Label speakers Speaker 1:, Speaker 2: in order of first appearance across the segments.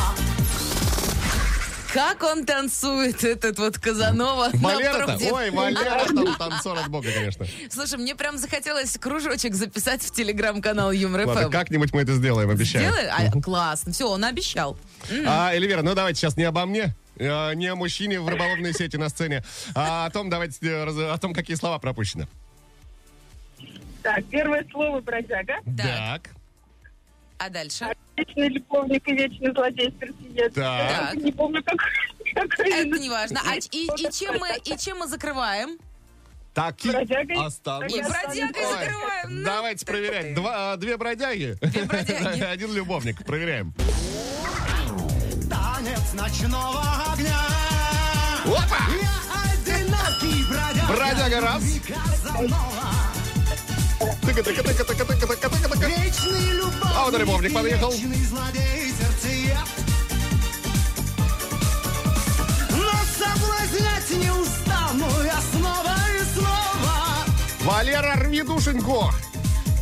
Speaker 1: Как он танцует, этот вот Казанова. на
Speaker 2: Валера-то?
Speaker 1: пробде.
Speaker 2: Ой, Валера, там танцор от бога, конечно.
Speaker 1: Слушай, мне прям захотелось кружочек записать в телеграм-канал Юмор Эм.
Speaker 2: Ладно,
Speaker 1: ФМ.
Speaker 2: как-нибудь мы это сделаем, обещаю.
Speaker 1: Делай? А, классно. Все, он обещал.
Speaker 2: А, Эльвира, ну давайте сейчас не обо мне, э, не о мужчине в рыболовной сети на сцене, а о том, давайте, э, раз- о том, какие слова пропущены.
Speaker 3: Так, первое слово бродяга.
Speaker 1: Так. А дальше?
Speaker 3: Вечный любовник и вечный злодей сердцеед.
Speaker 2: Так.
Speaker 3: Я Не помню, как... какой
Speaker 1: Это
Speaker 3: именно.
Speaker 1: не важно. А, и, и чем мы, и чем мы закрываем?
Speaker 2: Так и
Speaker 3: Бродягой?
Speaker 2: осталось.
Speaker 1: И
Speaker 3: Я
Speaker 1: бродягой
Speaker 3: сам-
Speaker 2: Ой,
Speaker 1: закрываем. Ну,
Speaker 2: Давайте
Speaker 1: ты-ты-ты.
Speaker 2: проверять. Два, э, две бродяги.
Speaker 1: Две бродяги.
Speaker 2: Один любовник. Проверяем.
Speaker 4: Танец ночного огня
Speaker 2: Опа!
Speaker 4: Я одинокий бродяга
Speaker 2: Бродяга раз.
Speaker 4: и Казанова.
Speaker 2: Тыка-тыка-тыка-тыка-тыка-тыка-тыка.
Speaker 4: Вечный любовник
Speaker 2: А вот и любовник
Speaker 4: и
Speaker 2: подъехал.
Speaker 4: вечный злодей сердцеед. Но соблазнять не устану я снова и снова
Speaker 2: Валера, рви душеньку.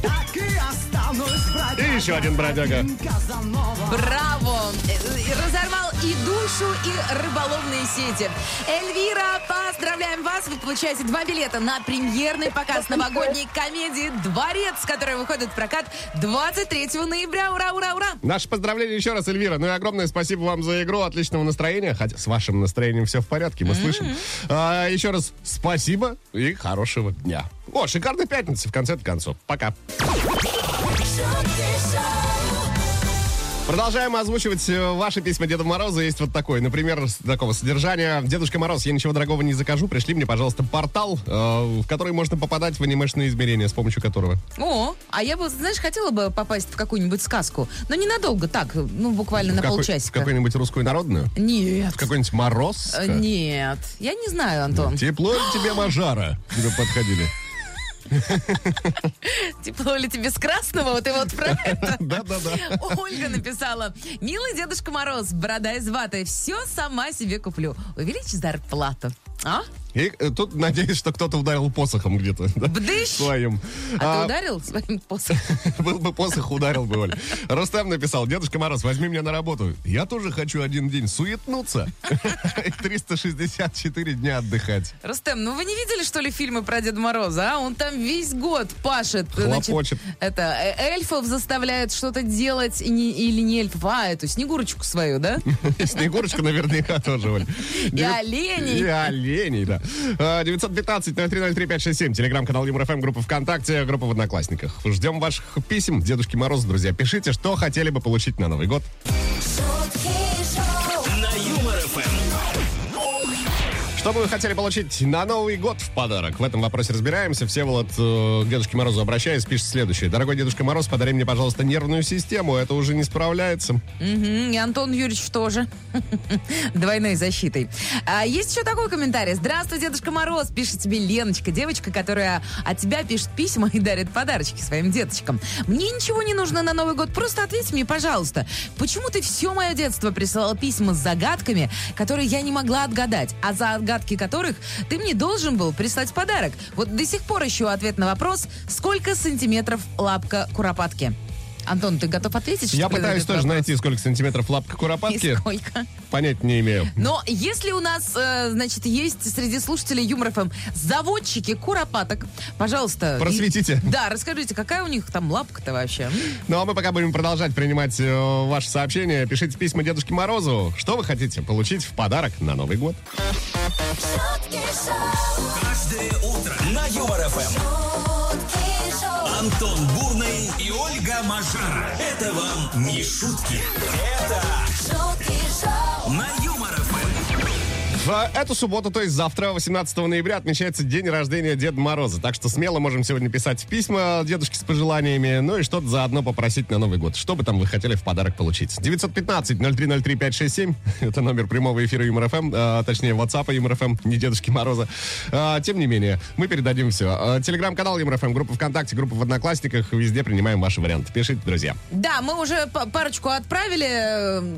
Speaker 4: Так и останусь
Speaker 2: И
Speaker 4: бродягой
Speaker 2: еще один бродяга.
Speaker 4: Казанова
Speaker 1: Ну, Браво! Э, э, Разорвал и душу, и рыболовные сети. Эльвира, поздравляем вас! Вы получаете два билета на премьерный показ новогодней комедии «Дворец», которая выходит в прокат 23 ноября. Ура, ура, ура!
Speaker 2: Наше поздравление еще раз, Эльвира. Ну и огромное спасибо вам за игру, отличного настроения. Хотя с вашим настроением все в порядке, мы слышим. А, еще раз спасибо и хорошего дня. О, шикарной пятницы в конце концов. Пока.
Speaker 5: шутки шоу,
Speaker 2: Продолжаем озвучивать э, ваши письма Деда Мороза. Есть вот такой, например, с такого содержания. Дедушка Мороз, я ничего дорогого не закажу. Пришли мне, пожалуйста, портал, э, в который можно попадать в анимешные измерения, с помощью которого.
Speaker 1: О, а я бы, знаешь, хотела бы попасть в какую-нибудь сказку, но ненадолго, так, ну, буквально на
Speaker 2: В какой- в
Speaker 1: полчасика.
Speaker 2: какую-нибудь русскую народную?
Speaker 1: Нет.
Speaker 2: В какой-нибудь мороз?
Speaker 1: Э, Нет, я не
Speaker 2: Ну,
Speaker 1: знаю, Антон.
Speaker 2: Тепло ли тебе мажара? К тебе подходили.
Speaker 1: Тепло ли тебе с красного? Вот и вот про это.
Speaker 2: Да-да-да.
Speaker 1: Ольга написала. Милый Дедушка Мороз, борода из ваты, все сама себе куплю. Увеличь зарплату. А?
Speaker 2: И э, тут надеюсь, что кто-то ударил посохом где-то. да,
Speaker 1: Бдыщ!
Speaker 2: Своим. А,
Speaker 1: А ты ударил своим посохом?
Speaker 2: Был бы посох, ударил бы, Оль. Рустам написал, Дедушка Мороз, возьми меня на работу. Я тоже хочу один день суетнуться. И 364 дня отдыхать.
Speaker 1: Рустем, ну вы не видели, что ли, фильмы про Деда Мороза, а? Он там весь год пашет. значит,
Speaker 2: Хлопочет.
Speaker 1: это, э, эльфов заставляет что-то делать, и не- или не эльфов, а эту Снегурочку свою, да?
Speaker 2: И Снегурочка наверняка тоже, Оль.
Speaker 1: И оленей.
Speaker 2: И оленей, да. А, 915-0303-567, телеграм-канал ЮморФМ, группа ВКонтакте, группа в Одноклассниках. Ждем ваших писем, Дедушке Морозу, друзья. Пишите, что хотели бы получить на Новый год.
Speaker 5: шутки шоу,
Speaker 6: На Юмор Эм. ФМ.
Speaker 2: Что бы вы хотели получить на Новый год в подарок? В этом вопросе разбираемся. Всеволод э, к Дедушке Морозу обращаясь, пишет следующее. Дорогой Дедушка Мороз, подари мне, пожалуйста, нервную систему. Это уже не справляется.
Speaker 1: Мгм, И Антон Юрьевич тоже. Двойной защитой. А есть еще такой комментарий. Здравствуй, Дедушка Мороз. Пишет тебе Леночка, девочка, которая от тебя пишет письма и дарит подарочки своим деточкам. Мне ничего не нужно на Новый год. Просто ответь мне, пожалуйста, почему ты все мое детство присылал письма с загадками, которые я не могла отгадать, а за отгадки которых ты мне должен был прислать подарок? Вот до сих пор ищу ответ на вопрос, сколько сантиметров лапка куропатки? Антон, ты готов ответить?
Speaker 2: Я
Speaker 1: что ли на
Speaker 2: пытаюсь
Speaker 1: этот
Speaker 2: тоже
Speaker 1: вопрос?
Speaker 2: найти, сколько сантиметров лапка
Speaker 1: И
Speaker 2: куропатки.
Speaker 1: сколько?
Speaker 2: Понять не имею.
Speaker 1: Но если у нас, э, значит, есть среди слушателей Юмор ФМ заводчики куропаток, пожалуйста. и-
Speaker 2: Просветите.
Speaker 1: да, расскажите, какая у них там лапка-то вообще?
Speaker 2: Ну а мы пока будем продолжать принимать э, ваши сообщения. Пишите письма Дедушке Морозу. Что вы хотите получить в подарок на Новый год?
Speaker 5: шутки шоу,
Speaker 6: Каждое утро на Юмор ФМ.
Speaker 5: шутки шоу,
Speaker 6: Антон Бурный и Ольга Мажара. Это вам не шутки. Это
Speaker 5: шутки шоу,
Speaker 6: на Юмор Эм. ФМ.
Speaker 2: В эту субботу, то есть завтра, 18 ноября, отмечается день рождения Деда Мороза. Так что смело можем сегодня писать письма дедушке с пожеланиями, ну и что-то заодно попросить на Новый год. Что бы там вы хотели в подарок получить? 915-0303-567, это номер прямого эфира ЮморФМ, э, точнее, WhatsApp ЮморФМ, не Дедушки Мороза. Э, тем не менее, мы передадим все. Э, Телеграм-канал ЮморФМ, группа ВКонтакте, группа в Одноклассниках, везде принимаем ваши варианты. Пишите, друзья.
Speaker 1: Да, мы уже па- парочку отправили,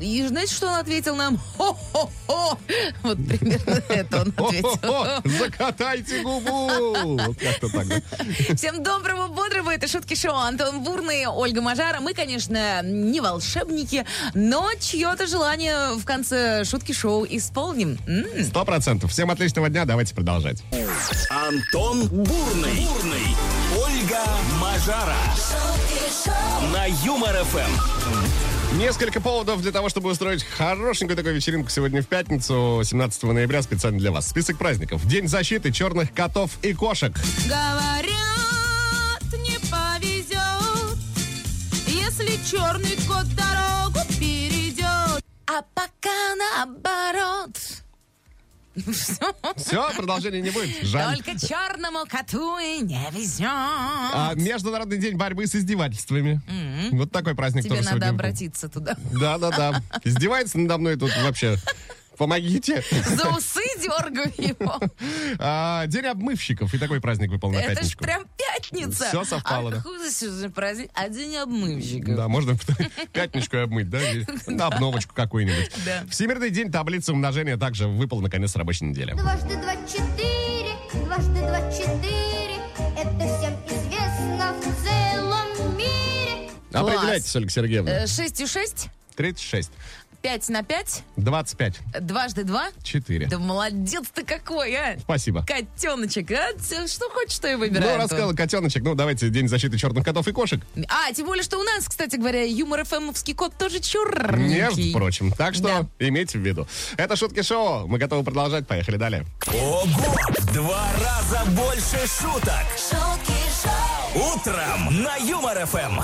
Speaker 1: э, и знаете, что он ответил нам? Хо-хо-хо! Вот примерно это он ответил.
Speaker 2: О-хо-хо, закатайте губу! Вот Как-то так, да?
Speaker 1: Всем доброго, бодрого, это Шутки Шоу. Антон Бурный, Ольга Мажара. Мы, конечно, не волшебники, но чье-то желание в конце Шутки Шоу исполним. М?
Speaker 2: Сто процентов. Всем отличного дня, давайте продолжать.
Speaker 6: Антон Бурный. Бурный. Ольга Мажара.
Speaker 5: шутки шоу,
Speaker 6: На Юмор ФМ.
Speaker 2: Несколько поводов для того, чтобы устроить хорошенькую такую вечеринку сегодня в пятницу, 17 ноября, специально для вас. Список праздников. День защиты черных котов и кошек.
Speaker 7: Говорят, не повезет, если черный кот дорогу перейдет.
Speaker 1: А пока наоборот. Всё.
Speaker 2: Все, продолжения не будет. Жаль.
Speaker 1: Только черному коту и не везет.
Speaker 2: А, Международный день борьбы с издевательствами. Вот такой праздник
Speaker 1: Тебе
Speaker 2: тоже
Speaker 1: надо
Speaker 2: сегодня.
Speaker 1: обратиться туда.
Speaker 2: Да, да, да. Издевается надо мной тут вообще. Помогите.
Speaker 1: За усы дергаю его.
Speaker 2: А, день обмывщиков. И такой праздник выпал на
Speaker 1: Это ж
Speaker 2: пятничку.
Speaker 1: прям пятница.
Speaker 2: Всё совпало,
Speaker 1: А
Speaker 2: да.
Speaker 1: какой сегодня праздник? А день обмывщиков.
Speaker 2: Да, можно пятничку и обмыть, да? или на Обновочку какую-нибудь.
Speaker 1: Да.
Speaker 2: Всемирный день таблицы умножения также выпал на конец рабочей недели.
Speaker 8: Дважды два четыре, дважды два четыре. Это всем известно в целом мире.
Speaker 1: Класс.
Speaker 2: Определяйтесь, Ольга Сергеевна.
Speaker 1: Э, 6 и 6,
Speaker 2: 36,
Speaker 1: 5 на 5,
Speaker 2: 25,
Speaker 1: э, дважды 2.
Speaker 2: 4.
Speaker 1: Да молодец ты какой, а!
Speaker 2: Спасибо.
Speaker 1: Котеночек, а? Ц- Что хочешь, что и выбирай.
Speaker 2: Ну,
Speaker 1: Антон.
Speaker 2: рассказал котеночек. Ну, давайте День защиты черных котов и кошек.
Speaker 1: А, тем более, что у нас, кстати говоря, юмор ФМовский кот тоже черненький.
Speaker 2: Между прочим. Так что
Speaker 1: Да.
Speaker 2: имейте в виду. Это шутки шоу. Мы готовы продолжать. Поехали далее.
Speaker 6: Ого! В Два раза больше шуток.
Speaker 5: шутки шоу,
Speaker 6: Утром на Юмор ФМ.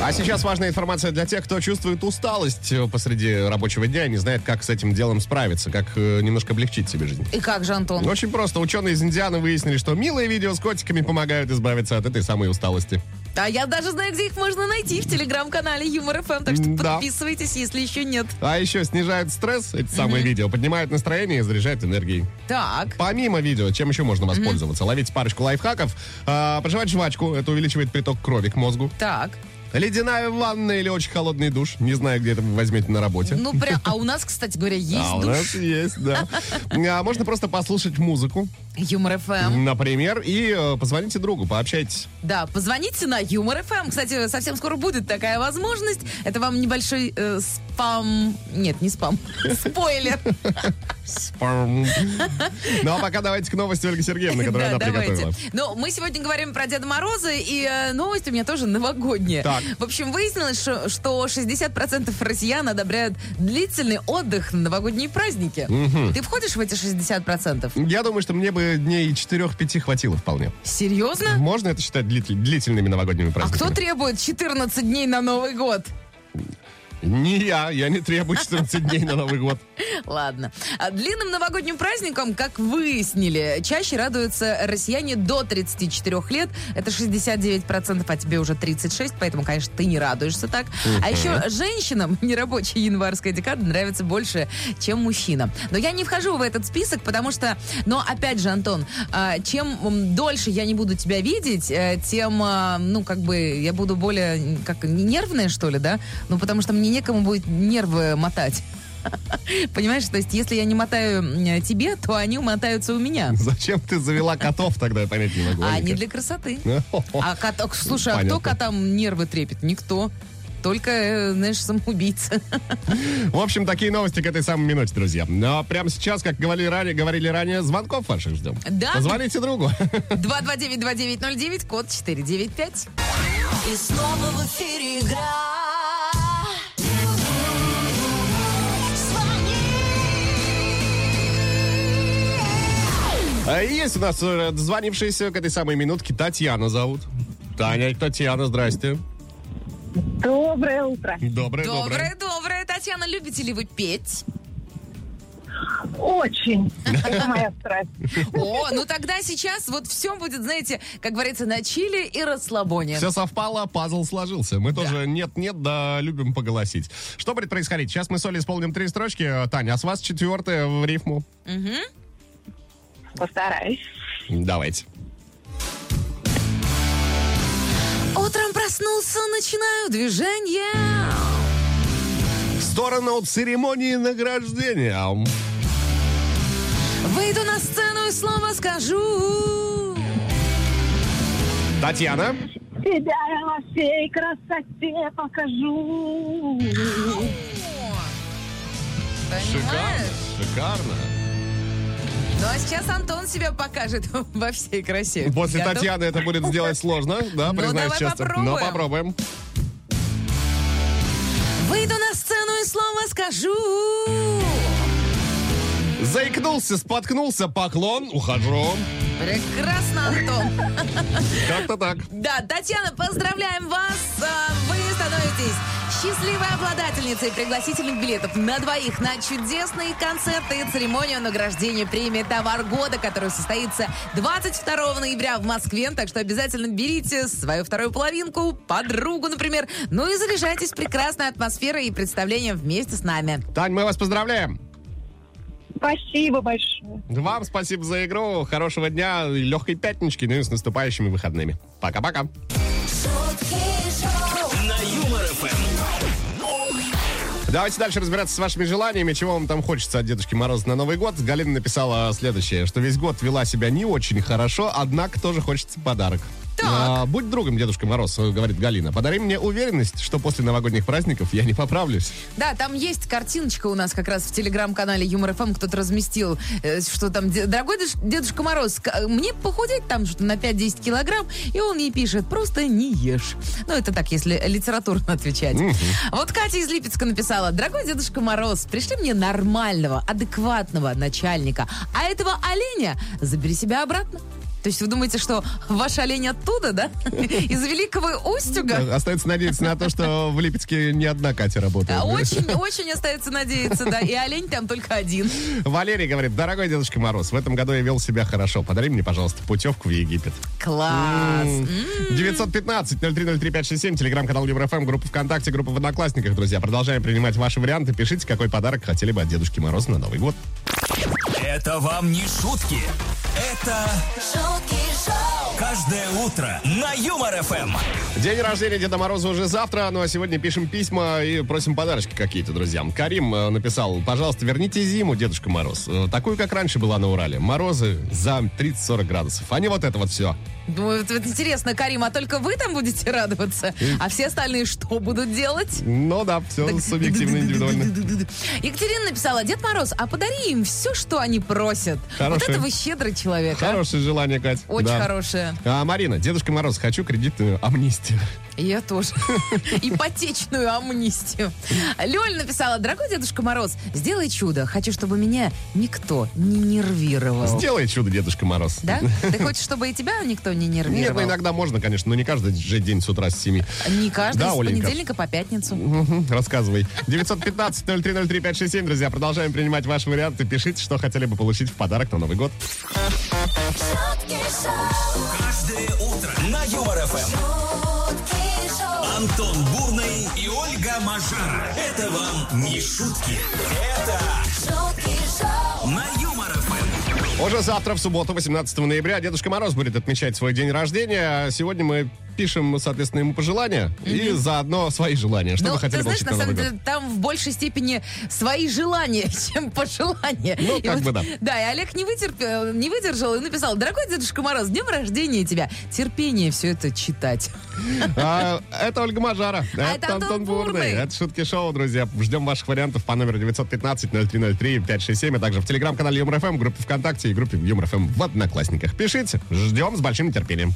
Speaker 2: А сейчас важная информация для тех, кто чувствует усталость э, посреди рабочего дня и не знает, как с этим делом справиться, как э, немножко облегчить себе жизнь.
Speaker 1: И как же, Антон?
Speaker 2: Ну, Очень просто. Ученые из Индианы выяснили, что милые видео с котиками помогают избавиться от этой самой усталости.
Speaker 1: А я даже знаю, где их можно найти в телеграм-канале Юмор ФМ, так что
Speaker 2: М-да.
Speaker 1: подписывайтесь, если еще нет.
Speaker 2: А еще снижают стресс, эти самые видео, поднимают настроение и заряжают энергией.
Speaker 1: Так.
Speaker 2: Помимо видео, чем еще можно воспользоваться? Ловить парочку лайфхаков, а, проживать жвачку, это увеличивает приток крови к мозгу.
Speaker 1: Так.
Speaker 2: Ледяная ванна или очень холодный душ, не знаю, где это вы возьмете на работе.
Speaker 1: Ну прям, а у нас, кстати говоря,
Speaker 2: а
Speaker 1: есть
Speaker 2: у нас
Speaker 1: душ
Speaker 2: есть, да. А можно просто послушать музыку,
Speaker 1: Юмор ФМ.
Speaker 2: например, и э, позвоните другу, пообщайтесь.
Speaker 1: Да, позвоните на Юмор ФМ. Кстати, совсем скоро будет такая возможность. Это вам небольшой э, спам. Нет, не спам. Спойлер.
Speaker 2: Спам. Ну а пока давайте к новости Ольги Сергеевны, которую она приготовила.
Speaker 1: Но Ну, мы сегодня говорим про Деда Мороза, и э, новость у меня тоже новогодняя.
Speaker 2: Так.
Speaker 1: В общем, выяснилось, что, что 60% россиян одобряют длительный отдых на новогодние праздники. Ты входишь в эти 60%?
Speaker 2: Я думаю, что мне бы дней 4-5 хватило вполне.
Speaker 1: Серьезно?
Speaker 2: Можно это считать длит- длительными новогодними
Speaker 1: А
Speaker 2: праздниками?
Speaker 1: кто требует 14 дней на Новый год?
Speaker 2: Не я, я не требую 14 дней на Новый год.
Speaker 1: Ладно. А Длинным новогодним праздником, как выяснили, чаще радуются россияне до 34 лет. Это 69%, а тебе уже 36, поэтому, конечно, ты не радуешься так. А еще женщинам нерабочая январская декада нравится больше, чем мужчинам. Но я не вхожу в этот список, потому что... Но, опять же, Антон, а, чем м, дольше я не буду тебя видеть, э, тем, а, ну, как бы, я буду более, м, как, нервная, что ли, да? Ну, потому что мне некому будет нервы мотать. Понимаешь, то есть если я не мотаю м, э, тебе, то они мотаются у меня.
Speaker 2: Зачем ты завела котов тогда, я понять не могу.
Speaker 1: А
Speaker 2: Аника.
Speaker 1: не для красоты.
Speaker 2: О-хо-хо.
Speaker 1: А кот, ок, слушай, а
Speaker 2: Ну, Понятно.
Speaker 1: кто котам нервы трепет? Никто. Только, э, знаешь, самоубийца.
Speaker 2: В общем, такие новости к этой самой минуте, друзья. Но прямо сейчас, как говорили ранее, говорили ранее, звонков ваших ждем.
Speaker 1: Да.
Speaker 2: Позвоните другу.
Speaker 1: 229-2909, код 495.
Speaker 5: И снова в эфире игра.
Speaker 2: А Есть у нас э, дозвонившаяся к этой самой минутке Татьяна зовут. Таня, Татьяна, здрасте.
Speaker 3: Доброе утро.
Speaker 2: Доброе,
Speaker 1: Доброе, доброе. Татьяна, любите ли вы петь?
Speaker 3: Очень. Это моя страсть.
Speaker 1: О, ну тогда сейчас вот все будет, знаете, как говорится, на чили и расслабоне.
Speaker 2: Все совпало, пазл сложился. Мы тоже нет-нет, да любим поголосить. Что будет происходить? Сейчас мы с Олей исполним три строчки. Э, Таня, а с вас четвертая в рифму.
Speaker 3: Постараюсь.
Speaker 2: Давайте.
Speaker 1: Утром проснулся, начинаю движение.
Speaker 2: В сторону церемонии награждения.
Speaker 1: Выйду на сцену и слово скажу.
Speaker 2: Татьяна.
Speaker 3: Тебя я во всей красоте покажу.
Speaker 2: Шикарно.
Speaker 1: Понимаешь?
Speaker 2: Шикарно.
Speaker 1: Ну а сейчас Антон себя покажет во всей красе.
Speaker 2: После
Speaker 1: Готов?
Speaker 2: Татьяны это будет сделать сложно, да,
Speaker 1: Ну,
Speaker 2: признаюсь
Speaker 1: давай
Speaker 2: честно.
Speaker 1: попробуем.
Speaker 2: Но попробуем.
Speaker 1: Выйду на сцену и слово скажу.
Speaker 2: Заикнулся, споткнулся, поклон, ухожу.
Speaker 1: Прекрасно, Антон.
Speaker 2: Как-то так.
Speaker 1: Да, Татьяна, поздравляем вас. А, Вы становитесь счастливой обладательницей пригласительных билетов на двоих на чудесные концерты и церемонию награждения премии «Товар года», которая состоится 22 ноября в Москве. Так что обязательно берите свою вторую половинку, подругу, например. Ну и заряжайтесь прекрасной атмосферой и представлением вместе с нами.
Speaker 2: Тань, мы вас поздравляем.
Speaker 3: Спасибо большое.
Speaker 2: Вам спасибо за игру, хорошего дня, легкой пятнички, ну и с наступающими выходными. Пока-пока.
Speaker 5: Шутки шоу.
Speaker 6: На Юмор ФМ.
Speaker 2: Давайте дальше разбираться с вашими желаниями, чего вам там хочется от Дедушки Мороза на Новый год. Галина написала следующее, что весь год вела себя не очень хорошо, однако тоже хочется подарок. А, будь другом, Дедушка Мороз, э, говорит Галина. Подари мне уверенность, что после новогодних праздников я не поправлюсь.
Speaker 1: Да, там есть картиночка у нас как раз в телеграм-канале Юмор ФМ. Кто-то разместил, э, что там, «Де- дорогой деш- Дедушка Мороз, к- э, мне похудеть там что-то на 5-10 килограмм, и он ей пишет, просто не ешь. Ну, это так, если литературно отвечать. Вот Катя из Липецка написала, дорогой Дедушка Мороз, пришли мне нормального, адекватного начальника, а этого оленя забери себя обратно. То есть вы думаете, что ваш олень оттуда, да? Из Великого Устюга?
Speaker 2: Э, Остается надеяться на то, что в Липецке не одна Катя работает.
Speaker 1: А Очень-очень остается надеяться, да. И олень там только один.
Speaker 2: Валерий говорит, дорогой Дедушка Мороз, в этом году я вел себя хорошо. Подари мне, пожалуйста, путевку в Египет.
Speaker 1: Класс.
Speaker 2: 915-0303-567, телеграм-канал ЮморФМ, группа ВКонтакте, группа в Одноклассниках, друзья. Продолжаем принимать ваши варианты. Пишите, какой подарок хотели бы от Дедушки Мороза на Новый год.
Speaker 6: Это вам не шутки. Это
Speaker 5: Шутки шоу.
Speaker 6: каждое утро на Юмор ФМ.
Speaker 2: День рождения Деда Мороза уже завтра, ну а сегодня пишем письма и просим подарочки какие-то друзьям. Карим э, написал, пожалуйста, верните зиму, Дедушка Мороз. Э, Такую, как раньше была на Урале. Морозы за 30-40 градусов, а не вот это вот все.
Speaker 1: Думаю, Ну, вот, вот интересно, Карим, а только вы там будете радоваться? А все остальные что будут делать?
Speaker 2: Ну да, все субъективно, индивидуально.
Speaker 1: Екатерина написала, Дед Мороз, а подари им все, что они просят. Вот
Speaker 2: Хорошая.
Speaker 1: это вы щедрый человек. а.
Speaker 2: Хорошее желание, Кать.
Speaker 1: Очень
Speaker 2: Да.
Speaker 1: хорошее.
Speaker 2: А, Марина, Дедушка Мороз, хочу кредитную амнистию.
Speaker 1: Я тоже. Ипотечную амнистию. Лёль написала, дорогой Дедушка Мороз, сделай чудо. Хочу, чтобы меня никто не нервировал.
Speaker 2: Сделай чудо, Дедушка Мороз.
Speaker 1: Да? Ты хочешь, чтобы и тебя никто не
Speaker 2: Нет, ну
Speaker 1: нервировал?
Speaker 2: иногда можно, конечно, но не каждый же день с утра с 7.
Speaker 1: Не каждый,
Speaker 2: Да,
Speaker 1: с
Speaker 2: Оленька?
Speaker 1: понедельника по пятницу.
Speaker 2: Мгм, Рассказывай. 915-0303-567, друзья, продолжаем принимать ваши варианты. Пишите, что хотели бы получить в подарок на Новый год.
Speaker 5: Шутки шоу.
Speaker 6: Каждое утро на Юмор ФМ.
Speaker 5: Шутки шоу.
Speaker 6: Антон Бурный и Ольга Мажара. Это вам не шутки. Это
Speaker 5: Шутки шоу.
Speaker 6: на Юмор ФМ.
Speaker 2: Уже завтра, в субботу, 18 ноября, Дедушка Мороз будет отмечать свой день рождения. А Сегодня мы пишем, соответственно, ему пожелания и заодно свои желания. Что
Speaker 1: Ну,
Speaker 2: вы хотели
Speaker 1: ты знаешь,
Speaker 2: получить
Speaker 1: на
Speaker 2: на
Speaker 1: самом
Speaker 2: Новый год?
Speaker 1: деле, там в большей степени свои желания, чем пожелания.
Speaker 2: Ну,
Speaker 1: И
Speaker 2: как бы да.
Speaker 1: Да, и Олег не, вытерп- э, не выдержал и написал, дорогой дедушка Мороз, с днем рождения тебя. Терпение все это читать.
Speaker 2: А, это Ольга Мажара.
Speaker 1: А это Антон Бурный.
Speaker 2: Это «Шутки шоу», друзья. Ждем ваших вариантов по номеру 915-0303-567, а также в телеграм-канале ЮморФМ, группе ВКонтакте и группе ЮморФМ в Одноклассниках. Пишите. Ждем с большим нетерпением.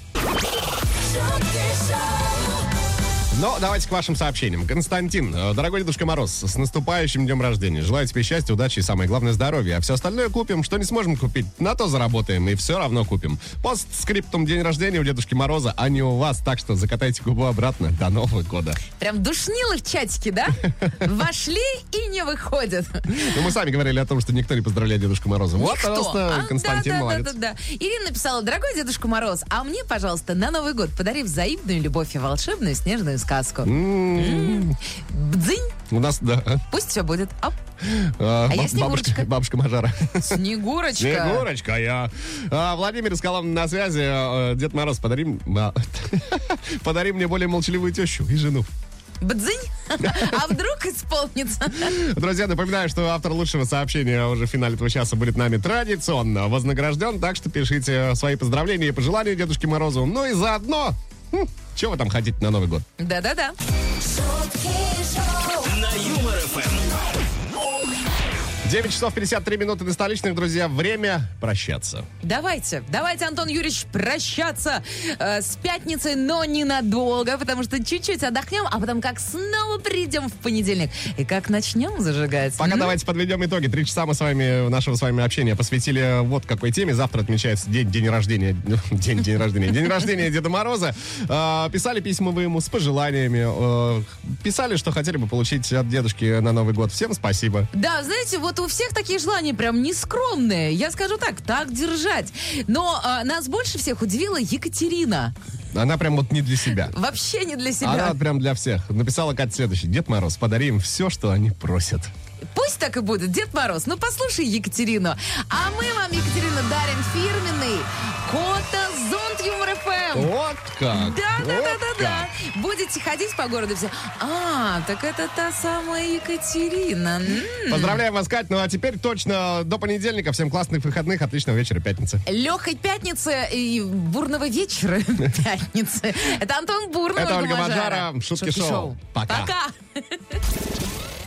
Speaker 2: Но Ну, давайте к вашим сообщениям. Константин, э, дорогой Дедушка Мороз, с наступающим днем рождения. Желаю тебе счастья, удачи и самое главное здоровья. А все остальное купим, что не сможем купить, на то заработаем и все равно купим. Постскриптум день рождения у Дедушки Мороза, а не у вас, так что закатайте губу обратно. До Нового года.
Speaker 1: Прям душнило в чатике, да? Вошли и не выходят.
Speaker 2: Ну, мы сами говорили о том, что никто не поздравляет Дедушка Мороза. Вот,
Speaker 1: Никто.
Speaker 2: пожалуйста,
Speaker 1: А,
Speaker 2: Константин
Speaker 1: да, да,
Speaker 2: молодец.
Speaker 1: Да, да, да. Ирина написала, дорогой Дедушка Мороз, а мне, пожалуйста, на Новый год подари взаимную любовь и волшебную снежную сказку. М. Бдзинь,
Speaker 2: У нас, да. э,
Speaker 1: пусть все будет. Оп.
Speaker 2: э,
Speaker 1: А я
Speaker 2: баб-
Speaker 1: Снегурочка.
Speaker 2: бабушка, бабушка Мажара.
Speaker 1: Снегурочка.
Speaker 2: Снегурочка, я. А, Владимир из Коломны на связи. Э, Дед Мороз, подари, м- а, подари мне более молчаливую тещу и жену.
Speaker 1: Бдзинь. А вдруг исполнится?
Speaker 2: Друзья, напоминаю, что автор лучшего сообщения уже в финале этого часа будет нами традиционно вознагражден, так что пишите свои поздравления и пожелания Дедушке Морозу. Ну и заодно, хм, чего вы там хотите на Новый год?
Speaker 1: Да-да-да.
Speaker 6: На Юмор ФМ.
Speaker 2: 9 часов 53 минуты до столичных, друзья. Время прощаться.
Speaker 1: Давайте, давайте, Антон Юрьевич, прощаться э, с пятницы, но ненадолго, потому что чуть-чуть отдохнем, а потом как снова придем в понедельник. И как начнем зажигать.
Speaker 2: Пока
Speaker 1: М?
Speaker 2: давайте подведем итоги. Три часа мы с вами, нашего с вами общения посвятили вот какой теме. Завтра отмечается день, день рождения. День, день рождения. День рождения Деда Мороза. Э, Писали письма вы ему с пожеланиями. э, Писали, что хотели бы получить от дедушки на Новый год. Всем спасибо.
Speaker 1: Да, знаете, вот у всех такие желания прям нескромные. Я скажу так, так держать. Но э, нас больше всех удивила Екатерина.
Speaker 2: Она прям вот не для себя.
Speaker 1: Вообще не для себя.
Speaker 2: Она вот прям для всех. Написала Катя следующий. Дед Мороз, подари им все, что они просят.
Speaker 1: Пусть так и будет, Дед Мороз. Ну, послушай Екатерину. А мы вам, Екатерина, дарим фирменный кота-зонт Юмор ФМ.
Speaker 2: Вот как!
Speaker 1: Да, да,
Speaker 2: Вот
Speaker 1: да, да,
Speaker 2: как.
Speaker 1: да. Будете ходить по городу все. А, так это та самая Екатерина. М-м-м. М.
Speaker 2: Поздравляем вас, Кать. Ну а теперь точно до понедельника. Всем классных выходных, отличного вечера, пятницы.
Speaker 1: Легкой пятницы и бурного вечера пятницы. Это Антон Бурный,
Speaker 2: Это Ольга
Speaker 1: Мажара.
Speaker 2: Мажара. Шутки шоу. Пока.
Speaker 1: Пока.